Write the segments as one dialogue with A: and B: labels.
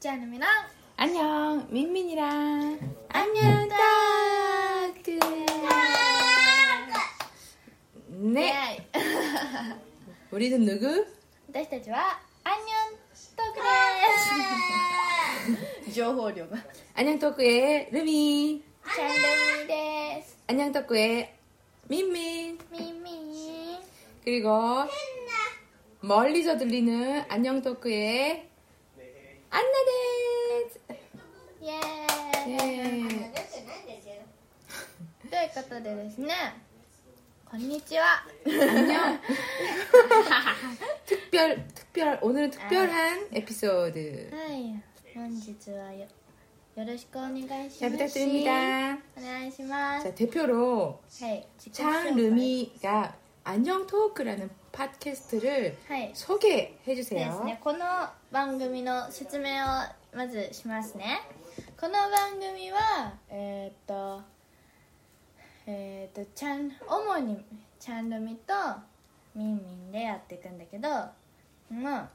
A: 짜누미랑
B: 안녕 민민이랑
A: 안녕 다크
B: 네 우리는 누구?
A: 私たちはアンニョントークです情報量が
B: 안녕 토크의 루미
A: チャンネルです
B: 안녕 토크의 민민
A: ミンミン
B: 그리고 멀리서 들리는 안녕 토크의 안나데스 예,
A: イエー
B: イ
A: イ
B: エーイ
A: ということでですねこんにちは
B: 안녕 특별 특별 오늘은 특별한 에피소드
A: はい本日はよよろしくお願いします
B: 잘 부탁드립니다
A: お願いします
B: 자 대표로
A: はい自己紹介
B: 장 루미가 안녕 토크라는 팟캐스트를
A: はいそ
B: 소개해
A: うです
B: 주세요.
A: ねこの番組の説明をまずしますねこの番組はえーっとえーっとちゃん主にちゃんるみとみんみんでやっていくんだけどもう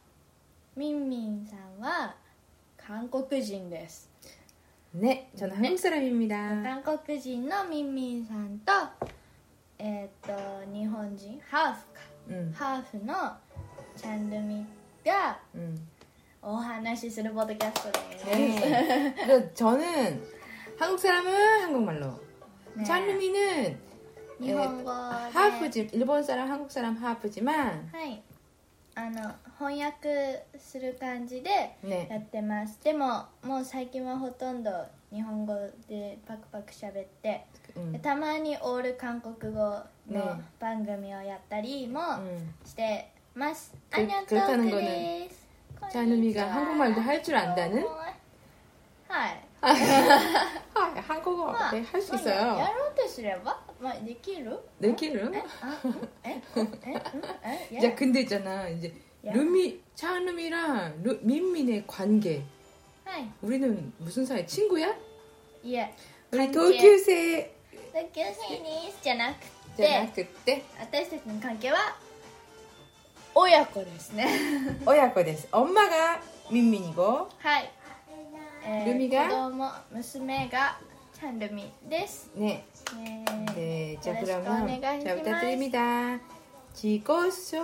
A: みんみんさんは韓国人です
B: 네, 저는 한국 사람입니다.
A: 韓国人のみんみんさんとえーっと日本人ハーフか
B: 음,
A: ハーフのチャンルミが
B: 음.
A: お話しするポッドキャストです。
B: 네. 그래서 저는 한국 사람은 한국말로,
A: 네.
B: 찬루미는
A: 日本語
B: 어,
A: で、は
B: 네. 하프지 일본 사람, 한국 사람 하프지만,
A: い、あの翻訳する感じで
B: 네,
A: やってます。でももう最近はほとんど日本語でパクパク喋って、
B: 음,
A: でたまにオール韓国語の
B: ね
A: 番組をやったりも
B: 음.
A: してます。
B: 그
A: アニョント
B: 그렇다는
A: ーク
B: 거는
A: です。こんにちは
B: 찬루미가 한국말도 할 줄 안다는
A: はい。
B: 아, 한국어
A: まあ
B: 네, 할 수
A: まあや
B: 있어요.
A: ろうとすれば、まあ、できる
B: 느끼는?
A: あうんえうんえうんえ
B: 야, 근데 있잖아. 이제
A: 야.
B: 루미, 찬루미랑 루- 민민의 관계.
A: は
B: 우리는 무슨 사이? 친구야?
A: いいえ
B: 우리
A: 관계.
B: 동교생
A: 同級生ですじゃなく
B: じゃな
A: て
B: くて
A: 私たちの関係は親子ですね
B: 親子です 엄마가 민민이고
A: はい、え
B: ルミが
A: 子供娘がチャンルミです、
B: 네,
A: ね
B: 네, 자
A: よろしく
B: 그러면
A: お願いします
B: 자 부탁드립니다 지고소
A: 自己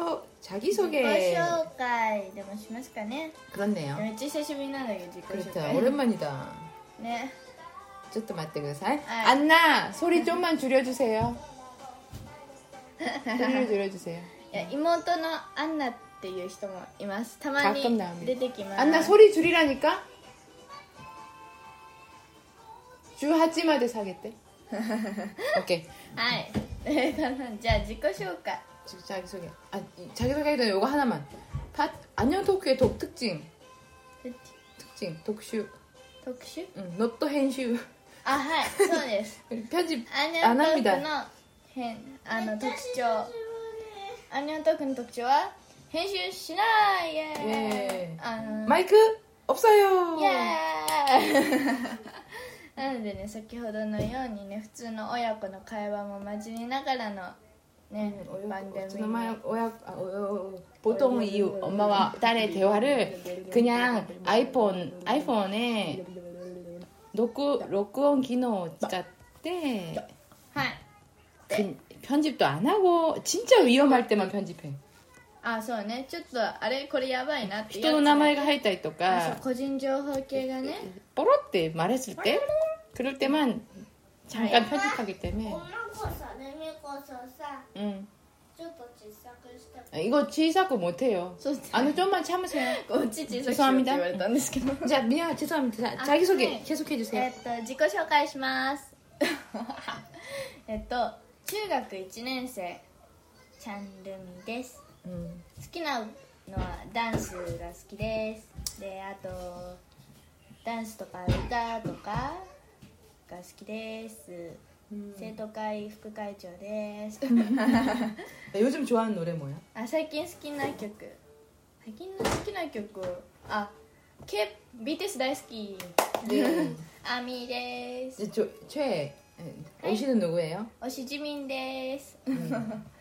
B: 자기소개
A: 紹介でもしますかね
B: 그렇네요
A: めっちゃ久しぶりなんだけど自己紹
B: 그렇다
A: 介
B: 오랜만이다
A: ね
B: 좀더 맞대 그사이
A: 아.
B: 안나 소리 좀만 줄여주세요 소리를 줄여주세요
A: いや妹のアンナっていう人もいますたまに
B: 가끔나옵니다
A: 出てきます
B: 안나 소리 줄이라니까 주하찌마대 사겠대 오케이
A: はいということでじゃあ自己紹介
B: 지금 자기소개. 아, 이- 자기소개하기 전에 요거 하나만. 팟, 안녕 토크의 독 특징. 특징. 독슈.
A: 特集
B: 응, 노또 헨슈.
A: あはいそうです
B: 편집
A: アンニョ
B: 안
A: ントーク
B: 합니다.
A: の変あの特徴アンニョントークの特徴は編集しないイエー
B: イエーイ
A: イあの
B: 마이크 없어요.
A: イエーイ なのでね先ほどのようにね普通の親子の会話も交えながらのね
B: 음, 어여-
A: 番組
B: 어쩌나 마요- 어야- 아, 어여- 어여. 보통 이 엄마와 딸의 대화를 그냥 아이폰 아이폰에 녹음 녹음 기능 使って
A: はい
B: 그 편집도 안 하고 진짜 위험할 때만 편집해.
A: あそうねちょっとあれこれやばいなってやつ
B: 人の名前が入ったりと
A: あそ
B: か
A: う個人情報系がね
B: 뽀로때 말했을 때 그럴 때만 잠깐
A: 네.
B: 편집하기 때문에
C: 女の子さ、ねみこささ、
B: 응.
C: ちょっと小さくした。
B: 이거 지사고 못해요
A: そうですね
B: 안우 좀만 참으세요
A: おちちさ
B: 죄송합니다
A: 言われたんですけど
B: 자, 미야 죄송합니다 자,
A: 아,
B: 자기소개
A: 네.
B: 계속해주세요
A: えっと自己紹介します えっと中学1年生チャンルミです
B: 음.
A: 好きなのはダンスが好きですであとダンスとか歌とかが好きです、
B: 음.
A: 生徒会副会長です
B: 요즘 좋아하는 노래 뭐야?
A: あ最近好きな曲最近の好きな曲をあ K BTS 大好き
B: 네.
A: アミです
B: 이제 저, 최 에, 오시는 누구예요? 음.
A: おしじみんです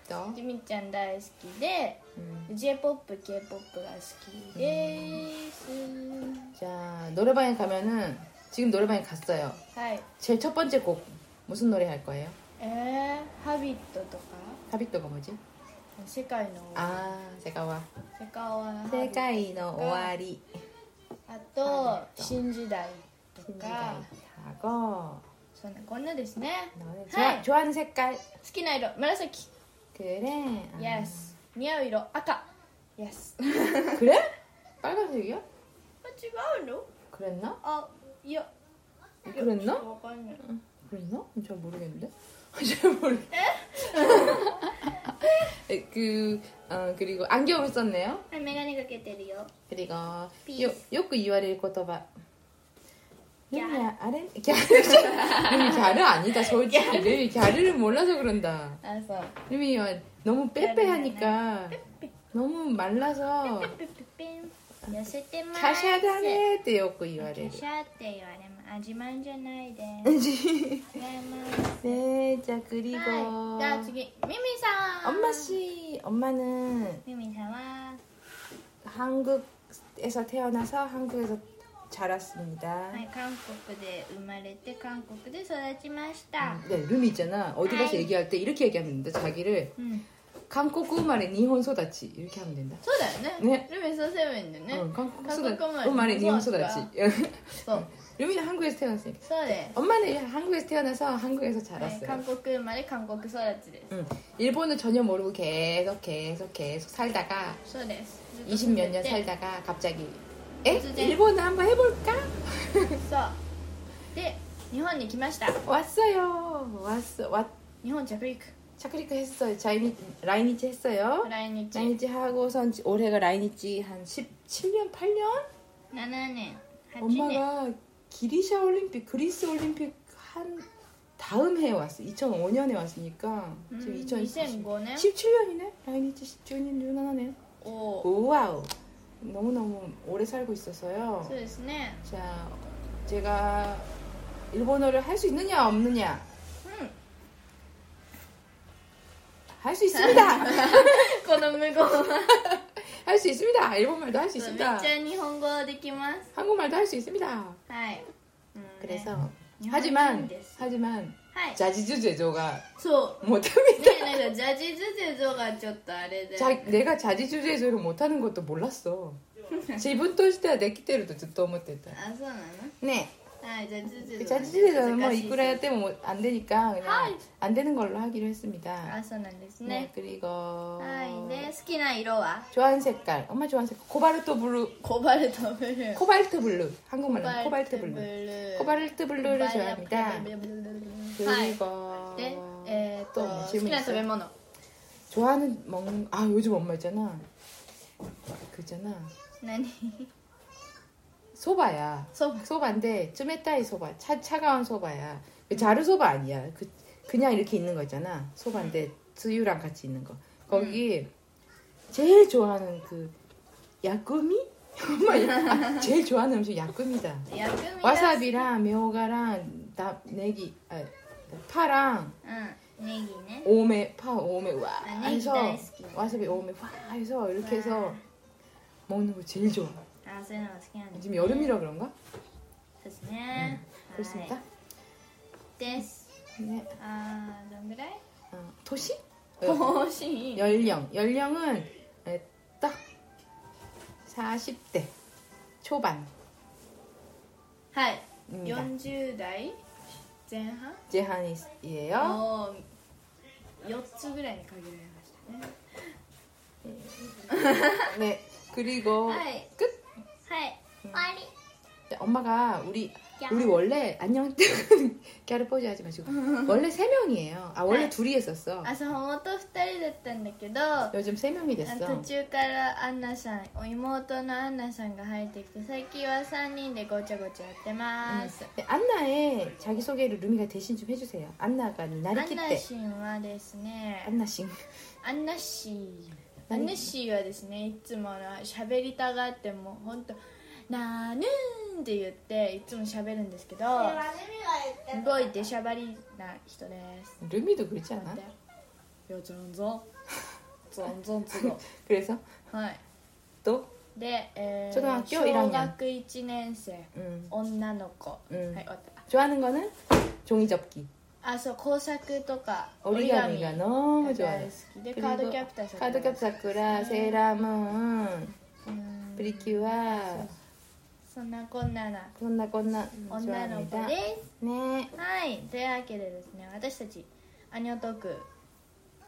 B: 또?
A: じみんちゃん大好きで
B: 음.
A: J−POP K−POP が好きです、
B: 자, 노래방에 가면은 지금 노래방에 갔어요.
A: はい
B: 제 첫 번째 곡 무슨 노래 할 거예요?
A: えー、ハビットとか
B: 하비또가 뭐지?
A: 世界の終わ
B: 아
A: り
B: 세가와
A: 世界はハビ
B: 아, 네. 세가이노 오아리
A: あと
B: ビット
A: 新時代とか
B: 신지가이하고
A: そんなこんなですね
B: 너는
A: 하이.
B: 좋아, 좋아하는 색깔
A: 好きな色紫
B: 그래 아.
A: Yes 似合う色赤 Yes あ
B: 그래?
A: 違う
B: 빨간색이야?
A: の
B: 그랬나?
A: あいや
B: 그랬나?
A: わかんない
B: 그랬나? 잘 모르겠는데 잘 모르겠 에? 그, 어, 그리고 안경을 썼네요
C: はい、メガネかけてるよ。
B: 그리고
C: Peace.
B: 요, 요크 이와릴 고토바
C: 갸.
B: 르미야 아래 갸르 르미 갸르 아니다 솔직히 르미 갸르를 몰라서 그런다
A: あそう
B: 르미야 너무 빼빼하니까 너무 말라서
C: ピッピッピン。
A: 痩せてます
B: 갸샤다네ってよく言われ
A: キャ
B: る
A: シャって言われます味まんじゃないです 違います
B: 네자
A: はいじゃあ
B: 그리고
A: 次ミミさん
B: 엄마씨 엄마는
A: ミミさんは
B: 한국에서 태어나서 한국에서 자랐습니다
A: はい、韓国で生まれて韓国で育ちました。
B: 네, 룸이 있잖아. 어디 가서
A: 아이.
B: 얘기할 때 이렇게 얘기하면 된다. 자기를
A: うん、
B: 한국 말에 일본 소다치 이렇게 하면 된다. 어,
A: そうだよね。ルメソセブンでね。
B: 응, 한국
A: 한국
B: 소다-
A: 말에
B: 말에 일본
A: 일본
B: 소다치.
A: そう、
B: 룸이는 한국에서 태어났으니까.
A: そうです。
B: 엄마는 한국에서 태어나서 한국에서
A: はい
B: 자랐어요.
A: 韓国生まれ韓国育ちで
B: 응. 일본을 전혀 모르고 계속 계속 계속 살다가
A: す。そうです。ずっと
B: 20 몇
A: 住
B: 년
A: んでて
B: 살다가 갑자기 에?
A: 그때.
B: 일본을 한번 해볼까?
A: そう。で、日本に来ました。
B: 왔어요. 왔어. 왔.
A: 日本着陸。
B: 차크리크 했어요. 자이니 라이니치 했어요.
A: 来日7
B: 라이니치 하고선 지- 올해가 라이니치 한 17년 8년?
A: 年、8年。
B: 엄마가 기리샤 올림픽, 그리스 올림픽 한 다음 해에 왔어. 2005년에 왔으니까 지금
A: うん
B: 2017,
A: 2005年
B: 17년이네. 라이니치 10주년 누나네.
A: おー
B: 우와우. 너무너무 오래 살고 있어서요.
A: そうですね。
B: 자, 제가 일본어를 할 수 있느냐 없느냐? 음.
A: うん。
B: 할 수 있습니다.
A: この無言は。
B: 할 수 있습니다. 일본말도 할 수
A: めっち
B: 있습니다.
A: ゃ日本語できます。
B: 한국말도 할 수 있습니다.
A: はい。うんね
B: 그래서
A: 日本人
B: 하지만
A: です
B: 하지만
A: はい。
B: 자지주 제조가
A: そう。
B: 못합니다.
A: ねなんかジャジーズゼゾがちょっとあれで
B: 자, 내가 자지주 제조를 못하는 것도 몰랐어. 지분 또してはできてるとずっと思ってた
A: あそうなの
B: 네.
A: はいジャジーズ
B: 그
A: ゼゾが
B: 자지주 제조는 뭐
A: 難しい
B: 이끌어야 때면 안 되니까
A: 하이.
B: 그냥 안 되는 걸로 하기로 했습니다.
A: あそうなんです
B: 네
A: ね
B: 그리고
A: はいで好きな色は
B: 좋아하는 색깔 엄마 좋아하는 색깔 코발트 블루
A: コバルトブルー
B: 코발트 블루 한국말로 코발트 블루 네,
A: ー
B: 코발트 블루를 좋아합니다.
A: はい
B: 그리고 네.
A: でえー、っと
B: 또
A: 好
B: 질문
A: きな食べ
B: 있어요?
A: 物
B: 좋아하는 먹는 아 요즘 엄마 있잖아 그잖아
A: 何
B: 소바야
A: そば
B: 소바인데 쯔메따이 소바 차, 차가운 소바야 그 자루 소바 아니야 그, 그냥 이렇게 있는 거 있잖아 소바인데 쯔유랑 같이 있는 거 거기 제일 좋아하는 그 야꾸미? 엄마 야- 제일 좋아하는 음식 야꾸미다
A: 薬味が
B: 와사비랑 묘가랑 나, 내기 아, 파랑
A: うんネギね
B: 오메 파 오메 와
A: 아, 네,
B: 해서
A: 기다리겠습니다.
B: 와사비 오메 와 해서 이렇게 해서
A: 와.
B: 먹는 거 제일 좋아
A: あそういうのが好きなんです、
B: 지금 여름이라 그런가
A: そうですね、は
B: 그렇습니다
A: いです
B: 네
A: あーどんぐらい
B: 어, 도시
A: 欲しい
B: 연령 연령은 에, 딱 40대 초반입니다
A: はい40代前半
B: 제한이에요
A: を4つぐらいに限られましたね
B: 네 그리고
A: 하이.
B: 끝
A: はい
C: 終わり。
B: 네, 엄마가 우리
C: 야.
B: 우리 원래 안녕 갸르 포즈 하지 마시고 원래 세 명이에요 아 아, 원래
A: 네.
B: 둘이 했었어
A: 朝妹2人だったんだけどあ
B: 요즘 세 명이
A: 途
B: 됐어
A: 中からアンナさんお妹のアンナさんが入ってきて最近は3人でごちゃごちゃやってます、
B: 네, 안나의 자기소개를 루미가 대신 좀 해주세요 안나가
A: アン
B: 나리키
A: ナ
B: 때
A: シンはですね
B: 안나 씨
A: アンナシーアンナシーはですねいつもの喋りたがってもうほんと「なーぬーん」って言っていつも喋るんですけど
C: では、
A: す
C: ルミが
A: ご
C: 言
A: い
C: っ
A: 出しゃばりな人です。
B: 루미도 그렇지 않아?
A: いや、全然。全然違う。
B: 그래서
A: はい。
B: 또
A: で、えー
B: 초등학교
A: 小
B: 1학년.
A: 학1年生
B: 음.
A: 女の子、
B: うん
A: はい終わった
B: 좋아하는 거는 종이 접기.
A: あそう工作とか
B: 오리가미가 너무
A: が大
B: 좋아요.
A: 好きでカードキャプター
B: 카드캡
A: 음.
B: 사쿠라, 세라문,
A: うん
B: 브리키와
A: そんなこんなな
B: 콘나 콘나
A: 女の子
B: 그렇죠. 좋아합니다.
A: です
B: 네.
A: はいというわけでですね私たちアニョトーク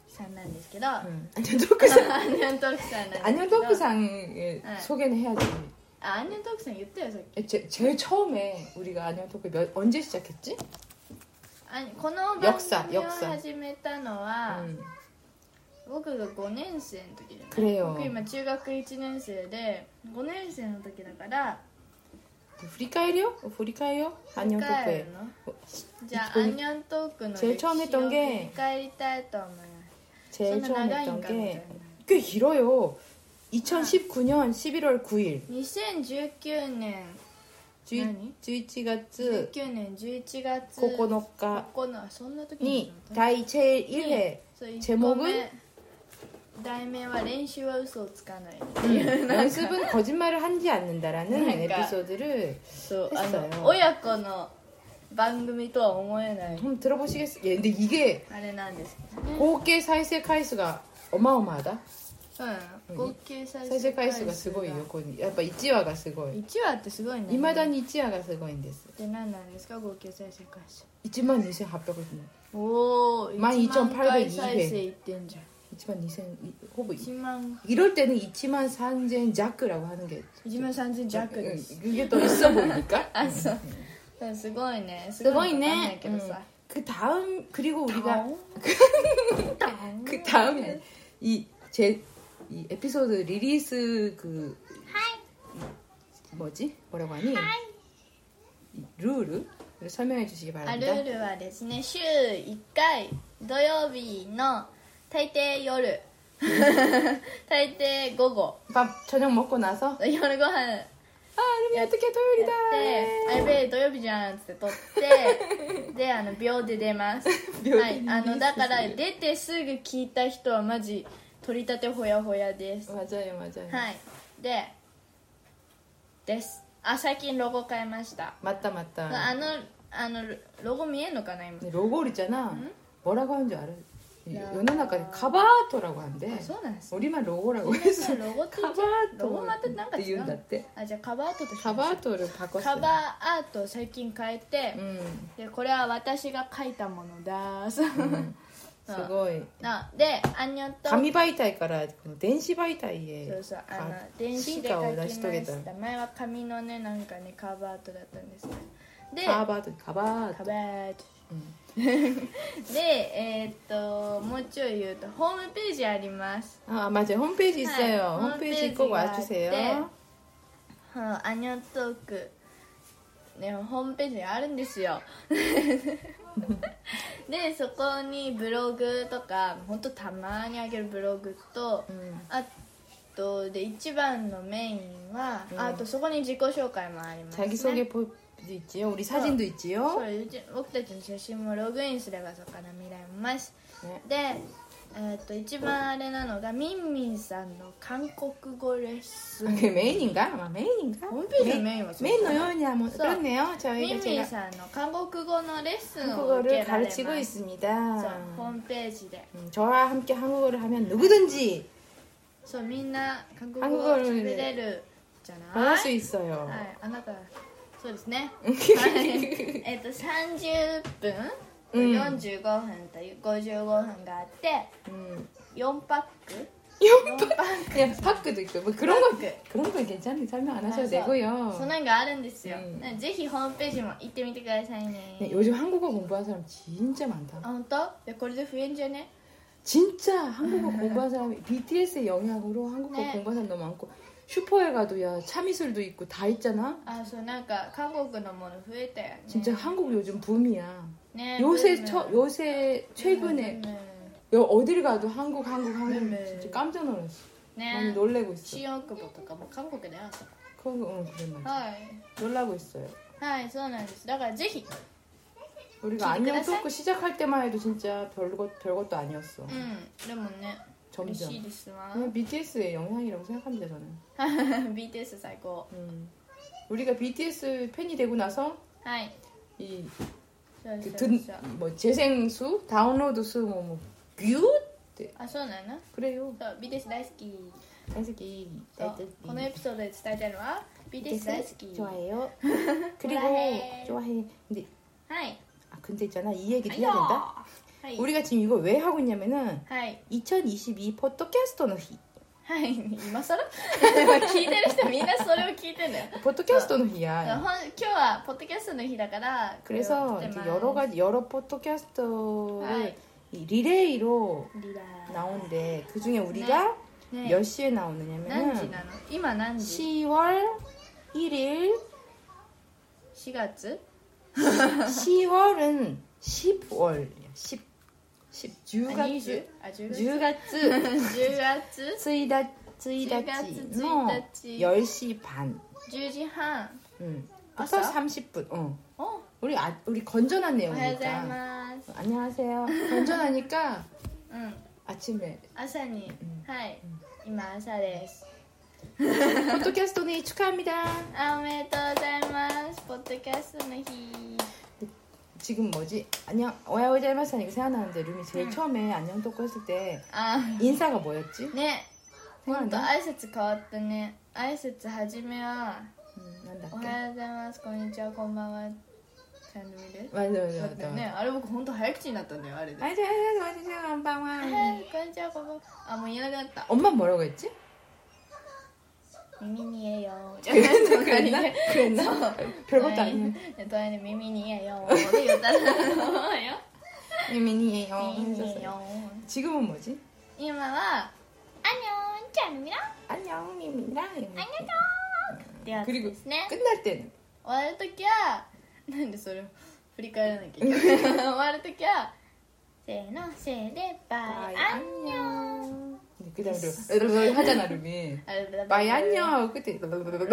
A: さんなんですけど、
B: 음. 아니요 토크상
A: アニョトークさんなんですけど
B: 아니요 토크상을
A: 네.
B: 소개는 해야지. 예,
A: あアニョトークさん言ったよさっき
B: 제, 제일 처음에 우리가 아니요 토크 몇, 언제 시작했지?
A: あこの番組を
B: 역사, 역사.
A: 始めたのは、
B: 음.
A: 僕が5年生の時だよね
B: くれよ
A: 僕今中学1年生で5年生の時だから
B: 그 프리카이요 어, 프리카이요? 아니요
A: 振り返
B: 토크에.
A: るのじゃあ
B: こ
A: ア
B: れ
A: ニョントークの
B: 제일
A: 歴史を
B: 처음했던게
A: 振り返りたいと思います
B: 제일
A: 저는
B: 처음 했던
A: 나가인가
B: 게
A: 보다.
B: 꽤 길어요.
A: 아.
B: 2019년 11월 9일
A: 2019年
B: 주이-
A: 아니.
B: 11月
A: 19年11月
B: 9日
A: ここのあそんな時
B: 니
A: だった
B: 다이 제일
A: 니.
B: 1회
A: そう一
B: 제
A: 個
B: 목은
A: 目題名は練習は嘘をつかない
B: 예. 연습은 거짓말을 한지 않는다라는
A: 그러니까.
B: 에피소드를
A: そうあ
B: 했어요.
A: の親子の番組とは思えない
B: 한번 들어보시겠어요? 예, 근데 이게
A: あれなんですけど
B: 음. 合計再生 回数가 어마어마하다.
A: うん合計再
B: 再生 回数가 네. すごいよ.これやっぱ1話がすごい.
A: 1話ってすごいね
B: 이마다니 1話がすごいんです.
A: って何なんですか合計再生回数
B: 1만 2,800원.
A: おお
B: 万一万回
A: 回再生いってんじゃん
B: 1만 2,000 호보
A: 1万
B: 이럴 때는 2만 3천 자크라고 하는 게
A: 1万3000弱です
B: 응, 그게 더 있어 아, 보이니까.
A: あそうそうすごいねすのかわかんないけどさ
B: 응. 그 다음 그리고
A: ダ
B: 우리가
A: ウンダウン
B: 그 다음에 이 제 이 에피소드 리리스 그 뭐지 뭐라고 하니 이 룰을 설명해 주시기
A: あルー
B: 바랍니다.
A: ルはですね週1回土曜日の大抵夜 大抵午後
B: 밥 저녁 먹고 나서
A: 夜ご飯やっ
B: 아 루미 어떻게 토요일이다.
A: て
B: 네.
A: 「あやべえ土曜日じゃん」っつって撮ってであの秒で出 ます
B: 秒で
A: はい、あのだから出てすぐ聞いた人はマジ取り立てほやほやですは
B: 맞아요 맞아요.
A: いでですあ最近ロゴ変えました
B: 맞다 맞다.
A: あのあのロゴ見えんのかな今
B: 근데 로고를 있잖아. 뭐라고 하는 줄 알아? 이
A: 나-
B: 연어나가 카바토라고 한대.
A: あそうなんです
B: 우리만 로고라고
A: 皆
B: 해서
A: さんロゴって言っちゃう
B: 카바토.
A: 로고 맛도 딴거
B: 이은
A: 같지요?
B: 다 때.
A: あじゃあカバーアートとしましょう
B: 카바토를 바꿨어.
A: カバーアートを最近変えて、
B: 음.
A: でこれは私が描いたものだーす、
B: 어. すごい.
A: なでアンニョンと
B: 紙媒体からこの電子媒体
A: そ
B: へ
A: うそうあの
B: か
A: 電子
B: 進
A: で
B: 化を
A: 描
B: 成
A: き
B: し
A: ま
B: 遂げ
A: したた前は紙のねなんかねカバーアートだったんですけどで
B: カバーとカバ
A: カバ
B: ーと
A: ーアート でえーっともうちょい言うとホームページあります
B: 아 맞아요 홈페이지 있어요
A: 네,
B: 홈페이지
A: 홈페이지가
B: 꼭 와주세요
A: あアニョントーク、ね、ホームページがあるんです よでそこにブログとかほんとたまにあげるブログと、
B: 음.
A: あとで一番のメインは、
B: うん
A: あとそこに自己紹介もあります、ね、
B: 자기소개 포 있지요 우리 사진도
A: そ
B: 있지요
A: れうち僕たちの写真もログインすればそこから見られます、
B: ね
A: で、えーっと一番あれなのがみんみんさんの韓国語レッス
B: 아,
A: ン
B: 게 메인인가? 아마 메인인가?
A: 홈페이지 메인 맞죠?
B: 메인 노연이야 뭐
A: 그래서
B: 그렇네요
A: ミ
B: 저희가
A: ンミン
B: 제가
A: さんの韓国語のレッスンを受け
B: 한국어를
A: られます
B: 가르치고
A: そう
B: 있습니다
A: ホームページで
B: 음, 저와 함께 한국어를 하면 누구든지
A: そうみんな韓国
B: 韓
A: 語を
B: 国語
A: 喋
B: ね
A: れるじゃな
B: 말할
A: い
B: 수 있어요
A: はいあなたそうです ねはいえっと30分と
B: うん
A: 45分という55分があって
B: 음.
A: 4パック
B: 그냥 파크도 있고 뭐 그런 거
A: 파크.
B: 그런 건 괜찮은 설명 안
A: そ
B: 하셔도
A: う
B: 되고요.
A: そんなんがあるんですよ
B: うん
A: なんでぜひホームページも行ってみてくださいね
B: 네, 요즘 한국어 공부하는 사람 진짜
A: あ
B: 많다.
A: 本当いやこれで増えんじゃね
B: 진짜 한국어 공부하는 사람이 BTS의 영향으로 한국어
A: 네.
B: 공부하는 사람 너무 많고 슈퍼에 가도 야 차미술도 있고 다 있잖아.
A: あそうなんか韓国のもの増えたよね
B: 진짜 한국 요즘 붐이야.
A: ね
B: 요새
A: 붐은.
B: 처, 요새 최근에
A: 붐은.
B: 여, 어딜 가도 한국 한국 한국
A: 네.
B: 진짜 깜짝 놀랐어. 너무
A: ね
B: 놀래고 있어.
A: 新大久保とかも韓国であったか
B: 그거 응 그래 맞아.
A: らはい、
B: 놀라고 있어요.
A: はい、そうなんですだからぜひ
B: 우리가
A: 지금
B: 안녕
A: 끝났어요? 음.
B: 토크 시작할 때만 해도 진짜 별것 별것도 아니었어. 아,
A: うんでもね嬉しい
B: 점점
A: ですわ
B: 그냥 BTS의 영향이라고 생각합니다 저는
A: BTS 最高
B: 음. 우리가 BTS 팬이 되고 나서
A: はい
B: 이
A: そう
B: 그
A: そう
B: 든
A: そう
B: 뭐 재생 수, 다운로드 수, 뭐, 뭐, 뷰? 네.
A: あそうなの
B: 그래요.
A: そう BTS 大好き
B: 애석이,
A: そうこのエピソードで伝えたいのは BTS 大好き
B: 좋아해요.
A: 좋아해.
B: 그리고, 좋아해. 근데,
A: はい
B: 아, 근데 있잖아. 이 얘기도
A: はい
B: 해야
A: よ
B: 된다.
A: はい
B: 우리가 지금 이걸 왜 하고 있냐면은,
A: はい
B: 2022 포토캐스터의 히.
A: はい 今更聞いてる人みんなそれを聞いてんだよ
B: 포토캐스터의
A: ほん今
B: 히야.
A: 日はポッドキャストの日だからこれを撮っ
B: 그래서
A: て
B: 이제
A: ます
B: 여러 가지, 여러 포토캐스터를
A: 어, 아이.
B: 이 리레이로
A: リラー
B: 나오는데, 그 중에 우리가
A: ね
B: 몇 시에
A: 何時
B: 나오느냐면은,
A: なの今何時
B: 10월 1일
A: 4月
B: 10월은 10월 10 10 10月
A: あ10
B: 10月
A: 月
B: 1일
A: 10일
B: 의 10시 뭐, 반
A: 10時半
B: 응.
A: 왔어?
B: 부터 30분 어.
A: おお
B: 우리 아, 우리 건전한
A: はようござい
B: 내용이니까
A: ます
B: 안녕하세요 건전하니까
A: うん
B: 아침에
A: 朝に
B: ん
A: はい今朝です
B: 포토캐스터니 축하합니다
A: あおめでとうございますポッドキャストの日
B: 지금 뭐지 안녕 오야오자이마스 하니까 생각나는데 룸이 제일
A: 응.
B: 처음에 안녕 토고 했을 때
A: あ
B: 인사가 뭐였지?
A: ねほんと
B: 생각나?
A: 挨拶変わったね挨拶始めは
B: 음,
A: 「お
B: 난다
A: はようございますこんにちはこんばんは」チャンネルです
B: 맞아 네. 맞아
A: だって
B: 맞아
A: ねあれ僕本当早口になったんだよあれで「はい
B: 맞아 맞아 맞아 건방와
A: こんにちはこんばんは」あもう言えなくなった「
B: 엄마 뭐라고 했지?
A: 耳に えよ」じゃなくて隣で
B: 그랬나? 별것도 아니야.
A: 隣隣で「耳にえよ」って言ったらよ
B: 미니예요.
A: 耳にえよ
B: 지금은 뭐지?
A: 今は「あにょんちゃんみら」
B: 안녕 미미랑. 안녕.
A: ってやつ
B: 그리고
A: ですね
B: 끝날 때는
A: 終わるときはなんでそれを振り返らなきゃいけ ない終わるときはせーのせーでバイアンニョン
B: 근데 그다음 르르르 하잖아 루미.
A: あれだ
B: 바이 안녕 그때 르르르르.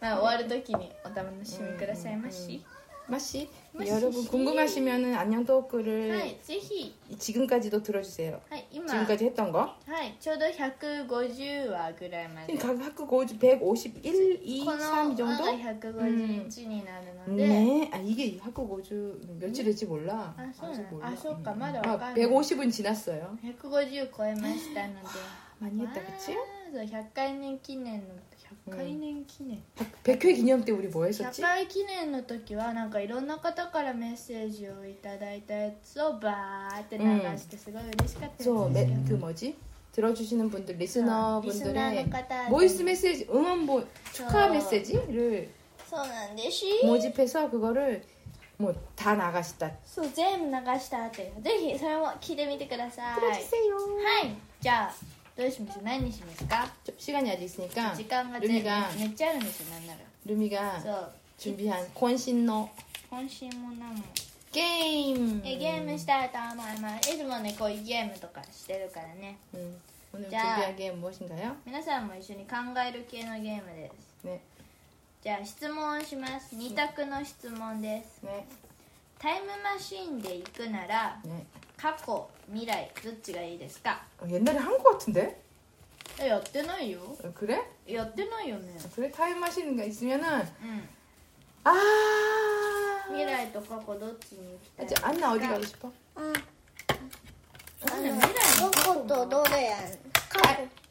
A: まあ終わるときにお楽しみくださいまし、
B: 마시
A: 마시.
B: 여러분 궁금하시면은 안녕 토크를
A: はいぜひ
B: 지금까지도 들어주세요.
A: はい今
B: 지금까지 했던 거.
A: はいちょうど150話ぐらいまで
B: 지금 각 학교 5 151, 2,
A: この案
B: 3이
A: が
B: 정도?
A: 151になるので、
B: 네. 아 이게 학교 5주 며칠 했지 몰라.
A: 아,
B: 아직
A: 네.
B: 몰라.
A: 아, 그러니까
B: 음.
A: 말이
B: 아,
A: 어까네.
B: 150은 지났어요. 아.
A: 150超えましたので
B: 많이 했다, 그치?
A: わーそう100回年記念の100回年記念、
B: 100회 기념 때 우리 뭐
A: 100
B: 했었지?
A: 回記念の時はなんかいろんな方からメッセージをいただいたやつをバーって流してすごい嬉しかったですよ、
B: 그래서 매- 그 뭐지? 들어주시는 분들, 리스너
A: リスナー
B: 분들의
A: の方に
B: 보이스 메시지, 응원 보, 축하
A: 저-
B: 메시지를
A: そうなんですし
B: 모집해서 그거를 뭐 다 나가시다.
A: そう全部流したってぜひそれも聞いてみてくださいはい
B: 들어주세요.
A: じゃあどうします何にしますか
B: 좀 시간이 아직 있으니까
A: 時間が全部
B: 루미가
A: めっちゃあるんですよなんなら
B: 루미가
A: そう
B: 준비한 권신노
A: 今週も何も
B: 게임.
A: えゲームしたいと思いますいつもねこういうゲームとかしてるからね
B: 음, 오늘
A: 자.
B: 준비한 게 무엇인가요?
A: 皆さんも一緒に考える系のゲームです
B: 네,
A: じゃあ質問をします二択の質問です、
B: 네,
A: タイムマシーンで行くなら
B: 네.
A: 過去未来どっちがいいですか
B: 어, 옛날에 한 거 같은데?
A: えやってないよ
B: 어, 그래?
A: やってないよね
B: 그래 타임 마시는 거
A: う
B: 있으면은
A: ん
B: 아.
A: 未来と過去どっちに行きたい
B: 아, 안나 어디 가고 싶어?
A: あでも未来
C: どことどれやん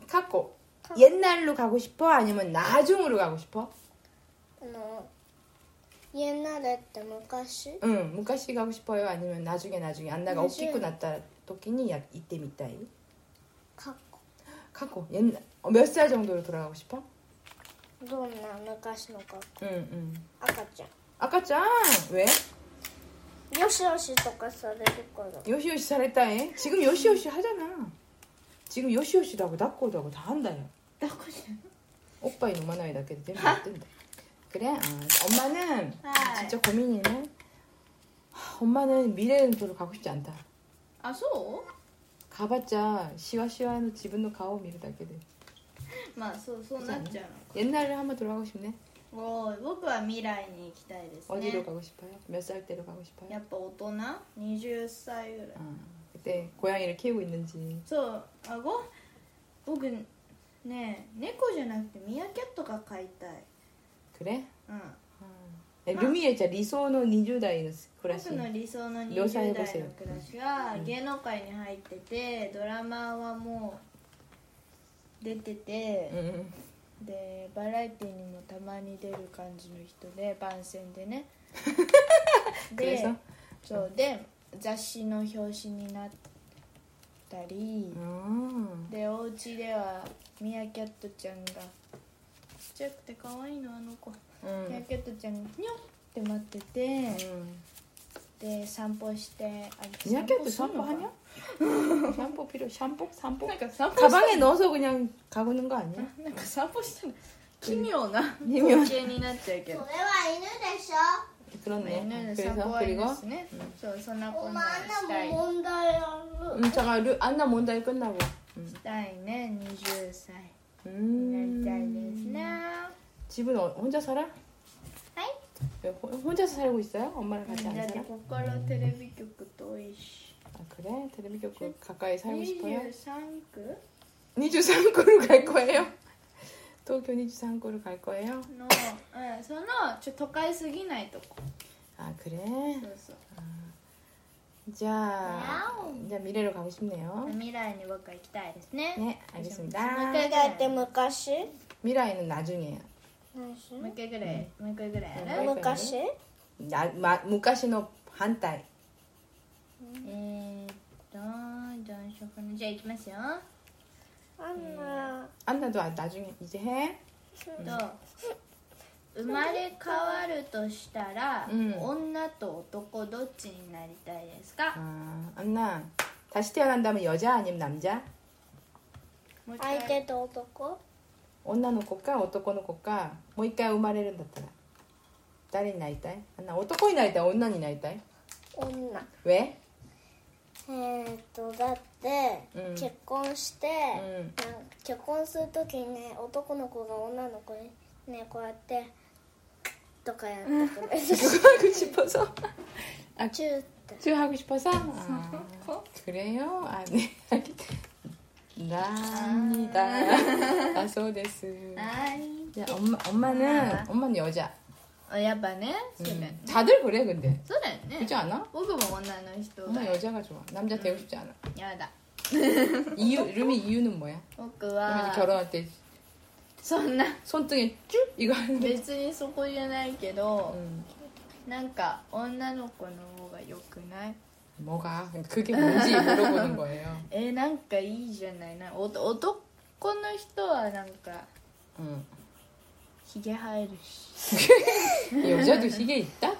C: か
B: 갖고 옛날로 가고 싶어? 아니면 나중으로 가고 싶어?
C: あの家なれって昔
B: 응, 문가시 가고 싶어요? 아니면 나중에 나중에 안나가 옷
C: 나중에.
B: 입고 났다 도끼니 야 이때 밑다이
C: 過
B: 갖고 옛날 어, 몇살 정도로 돌아가고 싶어?
C: 去どんな昔の過去
B: 응, 응.
C: 赤ちゃん
B: 아까짱 왜?
C: よしよしとかされるから
B: 요시요시 잘했다 해. 지금 요시요시 하잖아. 지금 요시요시도 하고 닦고도 하고 다 한다 해.
A: どこじ
B: 오빠 이놈만나이 닦게 되면 안 된다. 그래? 아, 엄마는
A: 하이.
B: 진짜 고민이네. 하, 엄마는 미래는 별로 가고 싶지 않다.
A: ゃんあそ
B: 가봤자 시와시와는 지분도 가오 미르다게 돼.
A: うまあそうそうなっちゃう
B: 옛날을 한번 돌아가고 싶네.
A: のおー僕は未来に行きたいです
B: 어디로
A: ね
B: 가고 싶어요? 몇 살 때로 가고 싶어요?
A: やっぱ大人20歳ぐらい
B: 아, 그때 고양이를 키우고 있는지.
A: そうあご僕ね猫じゃなくてミーアキャットが飼いたい
B: 그래?
A: うん
B: 네, 루미의 자 리소노 20代の 클래스.
A: 僕の理想の
B: 両サ
A: 20代
B: イド
A: の
B: ボスよ
A: 暮らしは芸能界に入っててドラマはもう出てて、
B: 음.
A: でバラエティにもたまに出る感じの人で番宣で ねで
B: 그래서
A: そうで雑誌の表紙になったり、
B: 아.
A: でお家ではミヤキャットちゃんがちっちゃくて可愛いのあの子、ミヤ
B: 음.
A: キャットちゃんにニョンって待ってて、
B: 음.
A: で散歩してあれ
B: 미야키도
A: する
B: 샴푸
A: のか
B: 하냐? 샴푸 필요? 샴푸? 샴푸?
A: なんか散歩し
B: 가방에 넣어서 그냥 가고는 거 아니야?
A: なんか散歩してる奇妙な
B: 奇妙
A: 光景になっちゃうけ
C: それ
A: ど
C: は犬でしょ
B: 그렇네.
A: 散歩
B: 그래서
A: はいい
B: 그리고
A: ですねそうそんなこ
C: お
A: んな
C: 前
A: し
C: あ
A: た
C: ん
A: い
C: なも問題ある
B: 음, 잠깐 루, 안나 몬다이 끝나고. 음.
A: したいね20歳
B: 음.
A: になりたいですね
B: 집은 어, 혼자 살아?
A: はい
B: 왜 호- 혼자서 살고 있어요? 엄마랑
A: うん
B: 같이
A: だ
B: 안
A: って
B: 살아?
A: ここからテレビ局遠いし
B: 아, 그래? 테레비 켜고 가까이 살고 싶어요?
A: 23区
B: 니주산구로 갈 거예요? 도쿄 니주산구로 갈 거예요?
A: の、うん、そのちょっと都会すぎないとこ
B: 아 그래?
A: そうそう
B: 자, 이제 미래로 가고 싶네요.
A: 未来に僕は行きたいですね
B: 네
A: もう
B: 알겠습니다.
A: 一回ぐら
C: だ
A: い
C: って昔
B: 미라에는 나중에요.
A: もう一回ぐらいもう一回ぐらいやる
B: うん
C: 昔
B: 나 마, 무카시노 한달
A: えー、っとどうしようかなじゃあ行きますよ
C: あんな
B: 안나도 아- 나중에 이제 해.
A: と生まれ変わるとしたら、
B: うん
A: 女と男どっちになりたいですか、
B: 아 안나 다시 태어난다면 여자 아니면 남자?
A: もう一回
C: 相手と男
B: 언나노 코까 오토코노 코까 뭐이까 우마레는 다따라. 딸이 나이따이? 안나 오토코이 나이따이 언나니 나이따이?
C: 女
B: 왜?
C: えーっとだって、
B: うん
C: 結婚して、
B: うん
C: なんか結婚する時にね男の子が女の子にねこうやってとかやって くれる
B: 그거 하고 싶어서?
C: チューって
B: 쭉 하고 싶어서? 아, 그래요? 아, 네. 나입니다. 아, 소데스.
A: はい
B: 야, 엄마, 엄마는, 엄마는 여자.
A: あやっぱねそうだよね、
B: 음. 다들 그래, 근데.
A: そうだよね
B: 그렇지 않아?
A: 僕も女の人だ
B: 엄마 여자가 좋아. 남자 되고 싶지 않아.
A: やだ
B: 이유, 루미 이유는 뭐야?
A: 僕は
B: 루미 결혼할 때
A: そんな
B: 손등에 쭉 이거 하는 거.
A: 別にそこじゃないけど、
B: 음,
A: なんか女の子の方が良くない
B: 뭐가? 그러니까 그게 뭔지 물어보는 거예요.
A: えーなんかいいじゃないなおと男の人はなんか
B: 음.
A: ひげ生えるし
B: 여자도 시계 있다?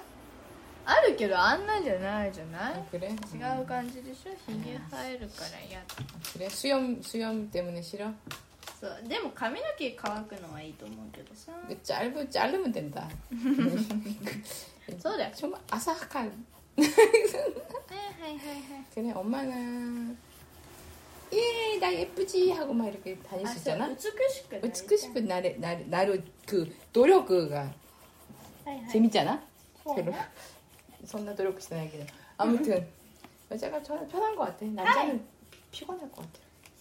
A: あるけどあんなじゃないじゃない
B: 아, 그래?
A: 違
B: 음.
A: う感じでしょひげ生えるから嫌だ
B: 그래? 수염, 수염 때문에 싫어?
A: そうでも髪の毛乾くのはいいと思うけどさ
B: 짧으 자르면 된다.
A: そうだよ
B: 좀 아삭한.
A: はいはいはいはい
B: 그래 엄마는 예나 예쁘지 하고 막 이렇게 다닐
A: あ
B: 수
A: そう
B: 있잖아. 어,
A: 美しくなりたい
B: 우츠쿠시쿠 나를 나를 나로 그 노력가
A: はいはい
B: 재밌잖아.
A: そうね
B: 별로 손나 노력 시나기는 아무튼 여자가 편- 편한 것 같아. 남자는 피곤할 것 같아.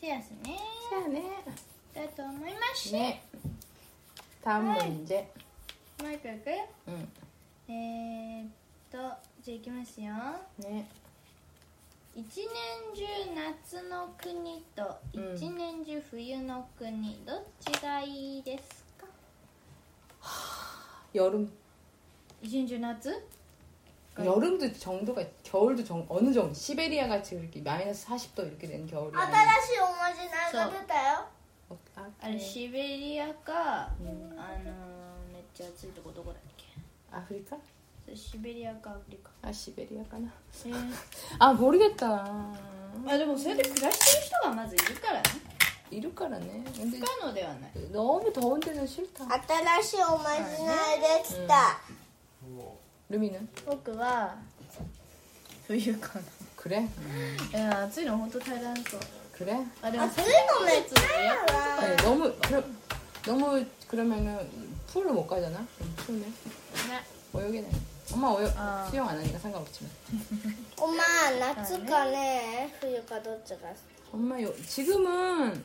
A: せやすね
B: 희한해.
A: だと思いまし
B: 네. 다음
A: 아이.
B: 문제.
A: マイクいくよ
B: 응.
A: えー、っとじゃあいきますよ
B: 네.
A: 一年中夏の国と
B: うん
A: 一年中冬の国、どっちがいいですか
B: 여름
A: 一年中夏
B: 그러니까 여름도 정도가 겨울도 정 어느 정도 시베리아 같이 이렇게 마이너스 40도 이렇게 된 겨울이
C: 新し
B: 아니라
C: いおまじないが出たよ
B: 어, 아,
A: あれシベリアか、あのーめっちゃ暑いとこどこだっけ
B: 아프리카? 그러니까?
A: そうシベリアかアフリカ、
B: 아 시베리아가나?
A: え
B: 아 모르겠다.
A: まあでもそれで暮らしてる人がまずいるからね
B: 이륙가라네. 근데
A: 不可能ではない
B: 너무 더운 데는 싫다.
C: 新しいおまじないできた、
B: 루미는
A: 僕は冬か
B: 그래? 음,
A: ないや暑いの本当大変そう
B: 그래?
A: あでも
C: 暑いのめっちゃやわ
B: 아니, 너무 그럼 너무 그러면은 풀로 못 가잖아. 음, 풀네.
A: ね
B: 뭐 여기는 엄마 오요
A: 아.
B: 수영 안 하니까 상관없지만.
C: 엄마夏かね冬かどっちが
B: 엄마 요 지금은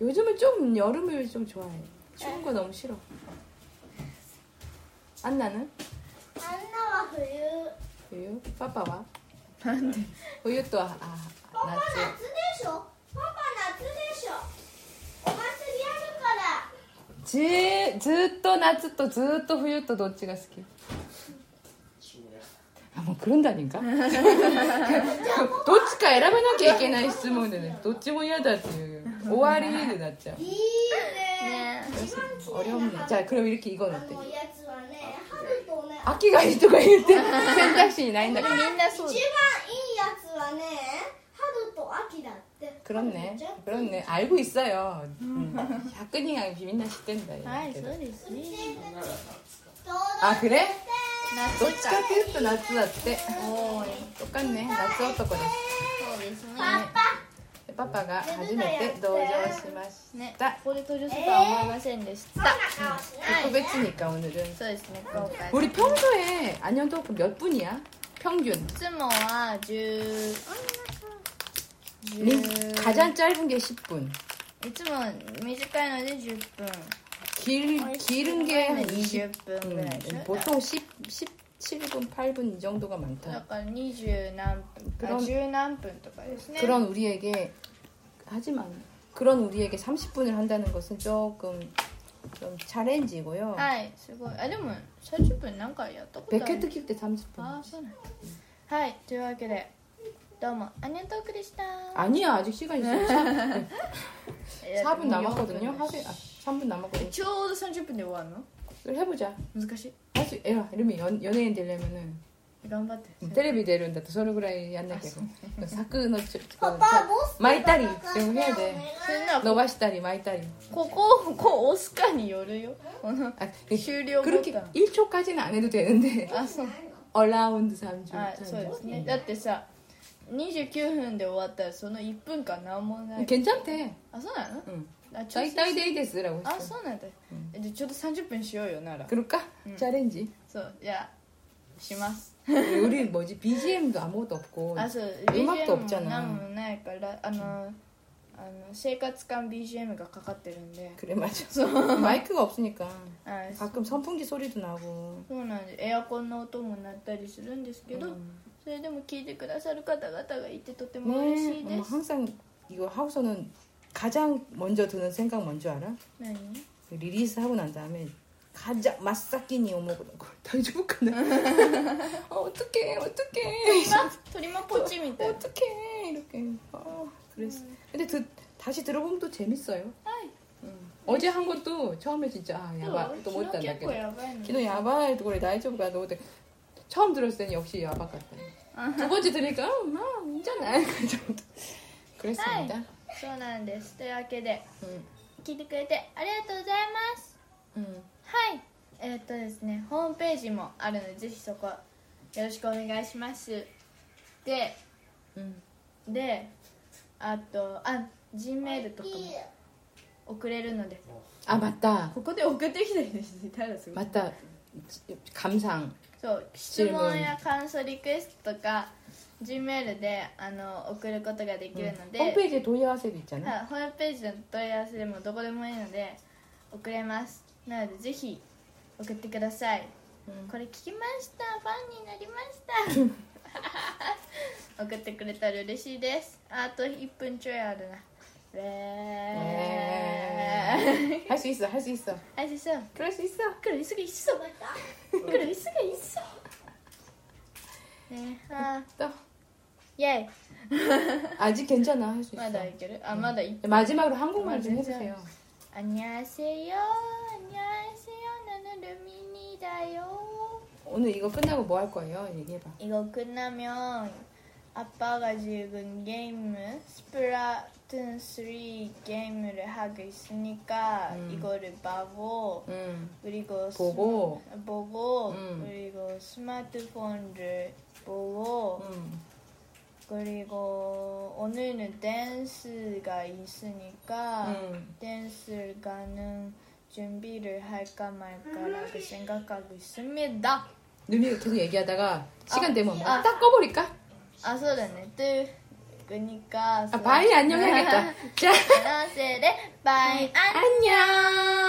B: 요즘은 좀 여름을 좀 좋아해. 추운 거 너무 싫어. 안나는
C: あんなは冬
B: 우유 빠빠와. 우유 또 아, 아,
C: パパ
B: 낫지.
C: 夏でしょパパ夏でしょお祭りあるから
B: 지, 즈또 나츠 또 즈또 후유 또 도치가 스키. 아, 뭐 그런다니까. 도치가 選ばなきゃいけない質問でね. 도치모야다っていう. 終わりで 낫죠.
C: いいね
A: ね
C: 一番綺麗
B: 어려운데. 자, 그럼 이렇게 이건
C: な
B: 어때?
C: おやつはね春とね
B: 아기가 이とか言 って選択肢にないんだけど
C: 一番いいやつはね春と秋だって
B: 그렇네 그렇네 알고 있어요 아, 음. 아, 작근이랑 비민나 시댄다
A: はいそうですね
C: ちょうど
B: 아 그래? どっち
A: 夏
B: か
A: か
B: っていうと夏だって
A: おー
B: 똑같네夏男で
A: そうですね
B: すパパが初めて登場しまし
A: ね
B: た
A: ここで登場するとは思いませんでした、
B: 特別니까 오늘은
A: そうですね今回
B: 우리 평소에 안녕 토크 몇 분이야? 평균
A: いつもは10
B: 링-
A: 10
B: 가장 짧은 게 10분
A: いつも短いので10分
B: 길, 길은 게 한 어, 20분
A: 20分ぐらいでしょ、
B: 보통 10, 17분, 8분 이 정도가
A: だ
B: 많다
A: から20何分
B: 그럼
A: あ10何分とかですね
B: 그런 우리에게 하지만 그런 우리에게 30분을 한다는 것은 조금 좀 챌린지고요.
A: はいすごいあでも30分何回やったことある
B: 백회 특집 때 30분.
A: あそうなんだはいというわけでどうもアニャントークでした
B: 아니야 아직 시간 있어.
A: 예,
B: 4분
A: え
B: 남았거든요.
A: ーと
B: 하세, 아, 3분 남았거든요.
A: ちょうど30分で終わるの
B: 그걸 해보자.
A: 難しい
B: 할수 야, 이러면 연, 연예인 되려면은
A: 頑張って
B: 텔레비 되는데 또 서로 그라이 안 나게. 사크노 마이다리 좀 해야 돼.
A: それなら
B: 너바시다리 마이다리.
A: ここをこう押すかによるよこの
B: 아,
A: 終了ボ
B: 그렇게
A: タン
B: 1초까지는 안 해도 되는데
A: あそう
B: 어라운드 3주.
A: はいそうですねだってさ29分で終わったらその1分間何もない
B: 음, 괜찮대.
A: あそうなの
B: 응. 아,
A: あちょっ
B: 따이따이데이데스라고
A: とあ
B: 했어.
A: そうなんだえじゃあちょうど30分しようよなら
B: 그럴까?
A: 응.
B: 챌린지.
A: そうじゃあします
B: 우리 뭐지? BGM도 아무것도 없고.
A: あそう
B: 음악도
A: BGM
B: 없잖아.
A: も何もないからあのあの生活感 BGM がかかってるんで
B: 그래 맞아.
A: そう
B: 마이크가 없으니까
A: あそ
B: 가끔 선풍기 소리도 나고.
A: うなんですエアコンの音も鳴ったりするんですけど、
B: 음.
A: それでも聞いてくださる方々がいてとても嬉し
B: 네.
A: い
B: 엄마
A: です
B: 항상 이거 하고서는 가장 먼저 드는 생각 뭔지 알아? 그
A: 何
B: 리리스 하고 난 다음에 가장 맛삭끼니 어머고 다주먹하네 어, 어떡해 어떡해
A: 鳥まポチみ
B: 네.
A: たいな
B: 어떡해 이렇게. 어, 그랬어. 근데 드, 다시 들어보면 또 재밌어요.
A: はい
B: 어제 한 것도 처음에 진짜 아 야바
A: 昨
B: 또 못했다
A: 日結構
B: 나
A: やばいの
B: 기도 야바 해도 그래 나이저브가 너무 돼. 처음 들었을 때는 역시 야바 같다 두 번째 들으니까 어, 뭐 괜찮아 그 정도 그랬습니다
A: そうなんですというわけで
B: 음,
A: 聞いてくれてありがとうございます
B: 음.
A: はいえーっとですねホームページもあるのでぜひそこよろしくお願いしますで
B: 음.
A: であとあ G メールとかも送れるので
B: 아 맞다
A: ここで送ってきたりしてたらすごい
B: 맞다 감상
A: そう質問や感想リクエストとか G メールであの送ることができるので、
B: 홈페이지에 도의하세도 있잖아
A: はいホームページの問い合わせでもどこでもいいので送れますなのでぜひ送ってください、
B: うん
A: これ聞きましたファンになりま した送ってくれたら嬉しいですあと1分ちょいあるなえー
B: 네. 할 수 있어 할 수 있어
A: あじゃあ
B: 그럴 수 있어
A: 黒いすぐ一緒黒いすぐ一緒
B: 네.
A: ねあ
B: 또
A: イェイ
B: 아직 괜찮아 할 수
A: ま
B: 있어
A: だいけるあまだい
B: 마지막으로 한국말 좀
A: 네. 맞아.
B: 해주세요
A: あにゃーせよあにゃーせよなのルミニだよ
B: 오늘 이거 끝나고 뭐 할 거예요 얘기해봐
A: 이거 끝나면 아빠가 지금 게임 스플라툰 3 게임을 하고 있으니까
B: 음.
A: 이거를 봐고
B: 음.
A: 그리고 스마-
B: 보고.
A: 보고
B: 음.
A: 그리고 스마트폰을 보고
B: 음.
A: 그리고 오늘은 댄스가 있으니까
B: 음.
A: 댄스를 가는 준비를 할까 말까라고 생각하고 있습니다.
B: 루미가 계속 얘기하다가 시간 되면
A: 아.
B: 딱 꺼버릴까?
A: 아, そうだね。뜰 그니까
B: 아, 바이 안녕 해야겠다. 음. 자,
A: 안녕하세요. 바이 안녕.
B: 안녕.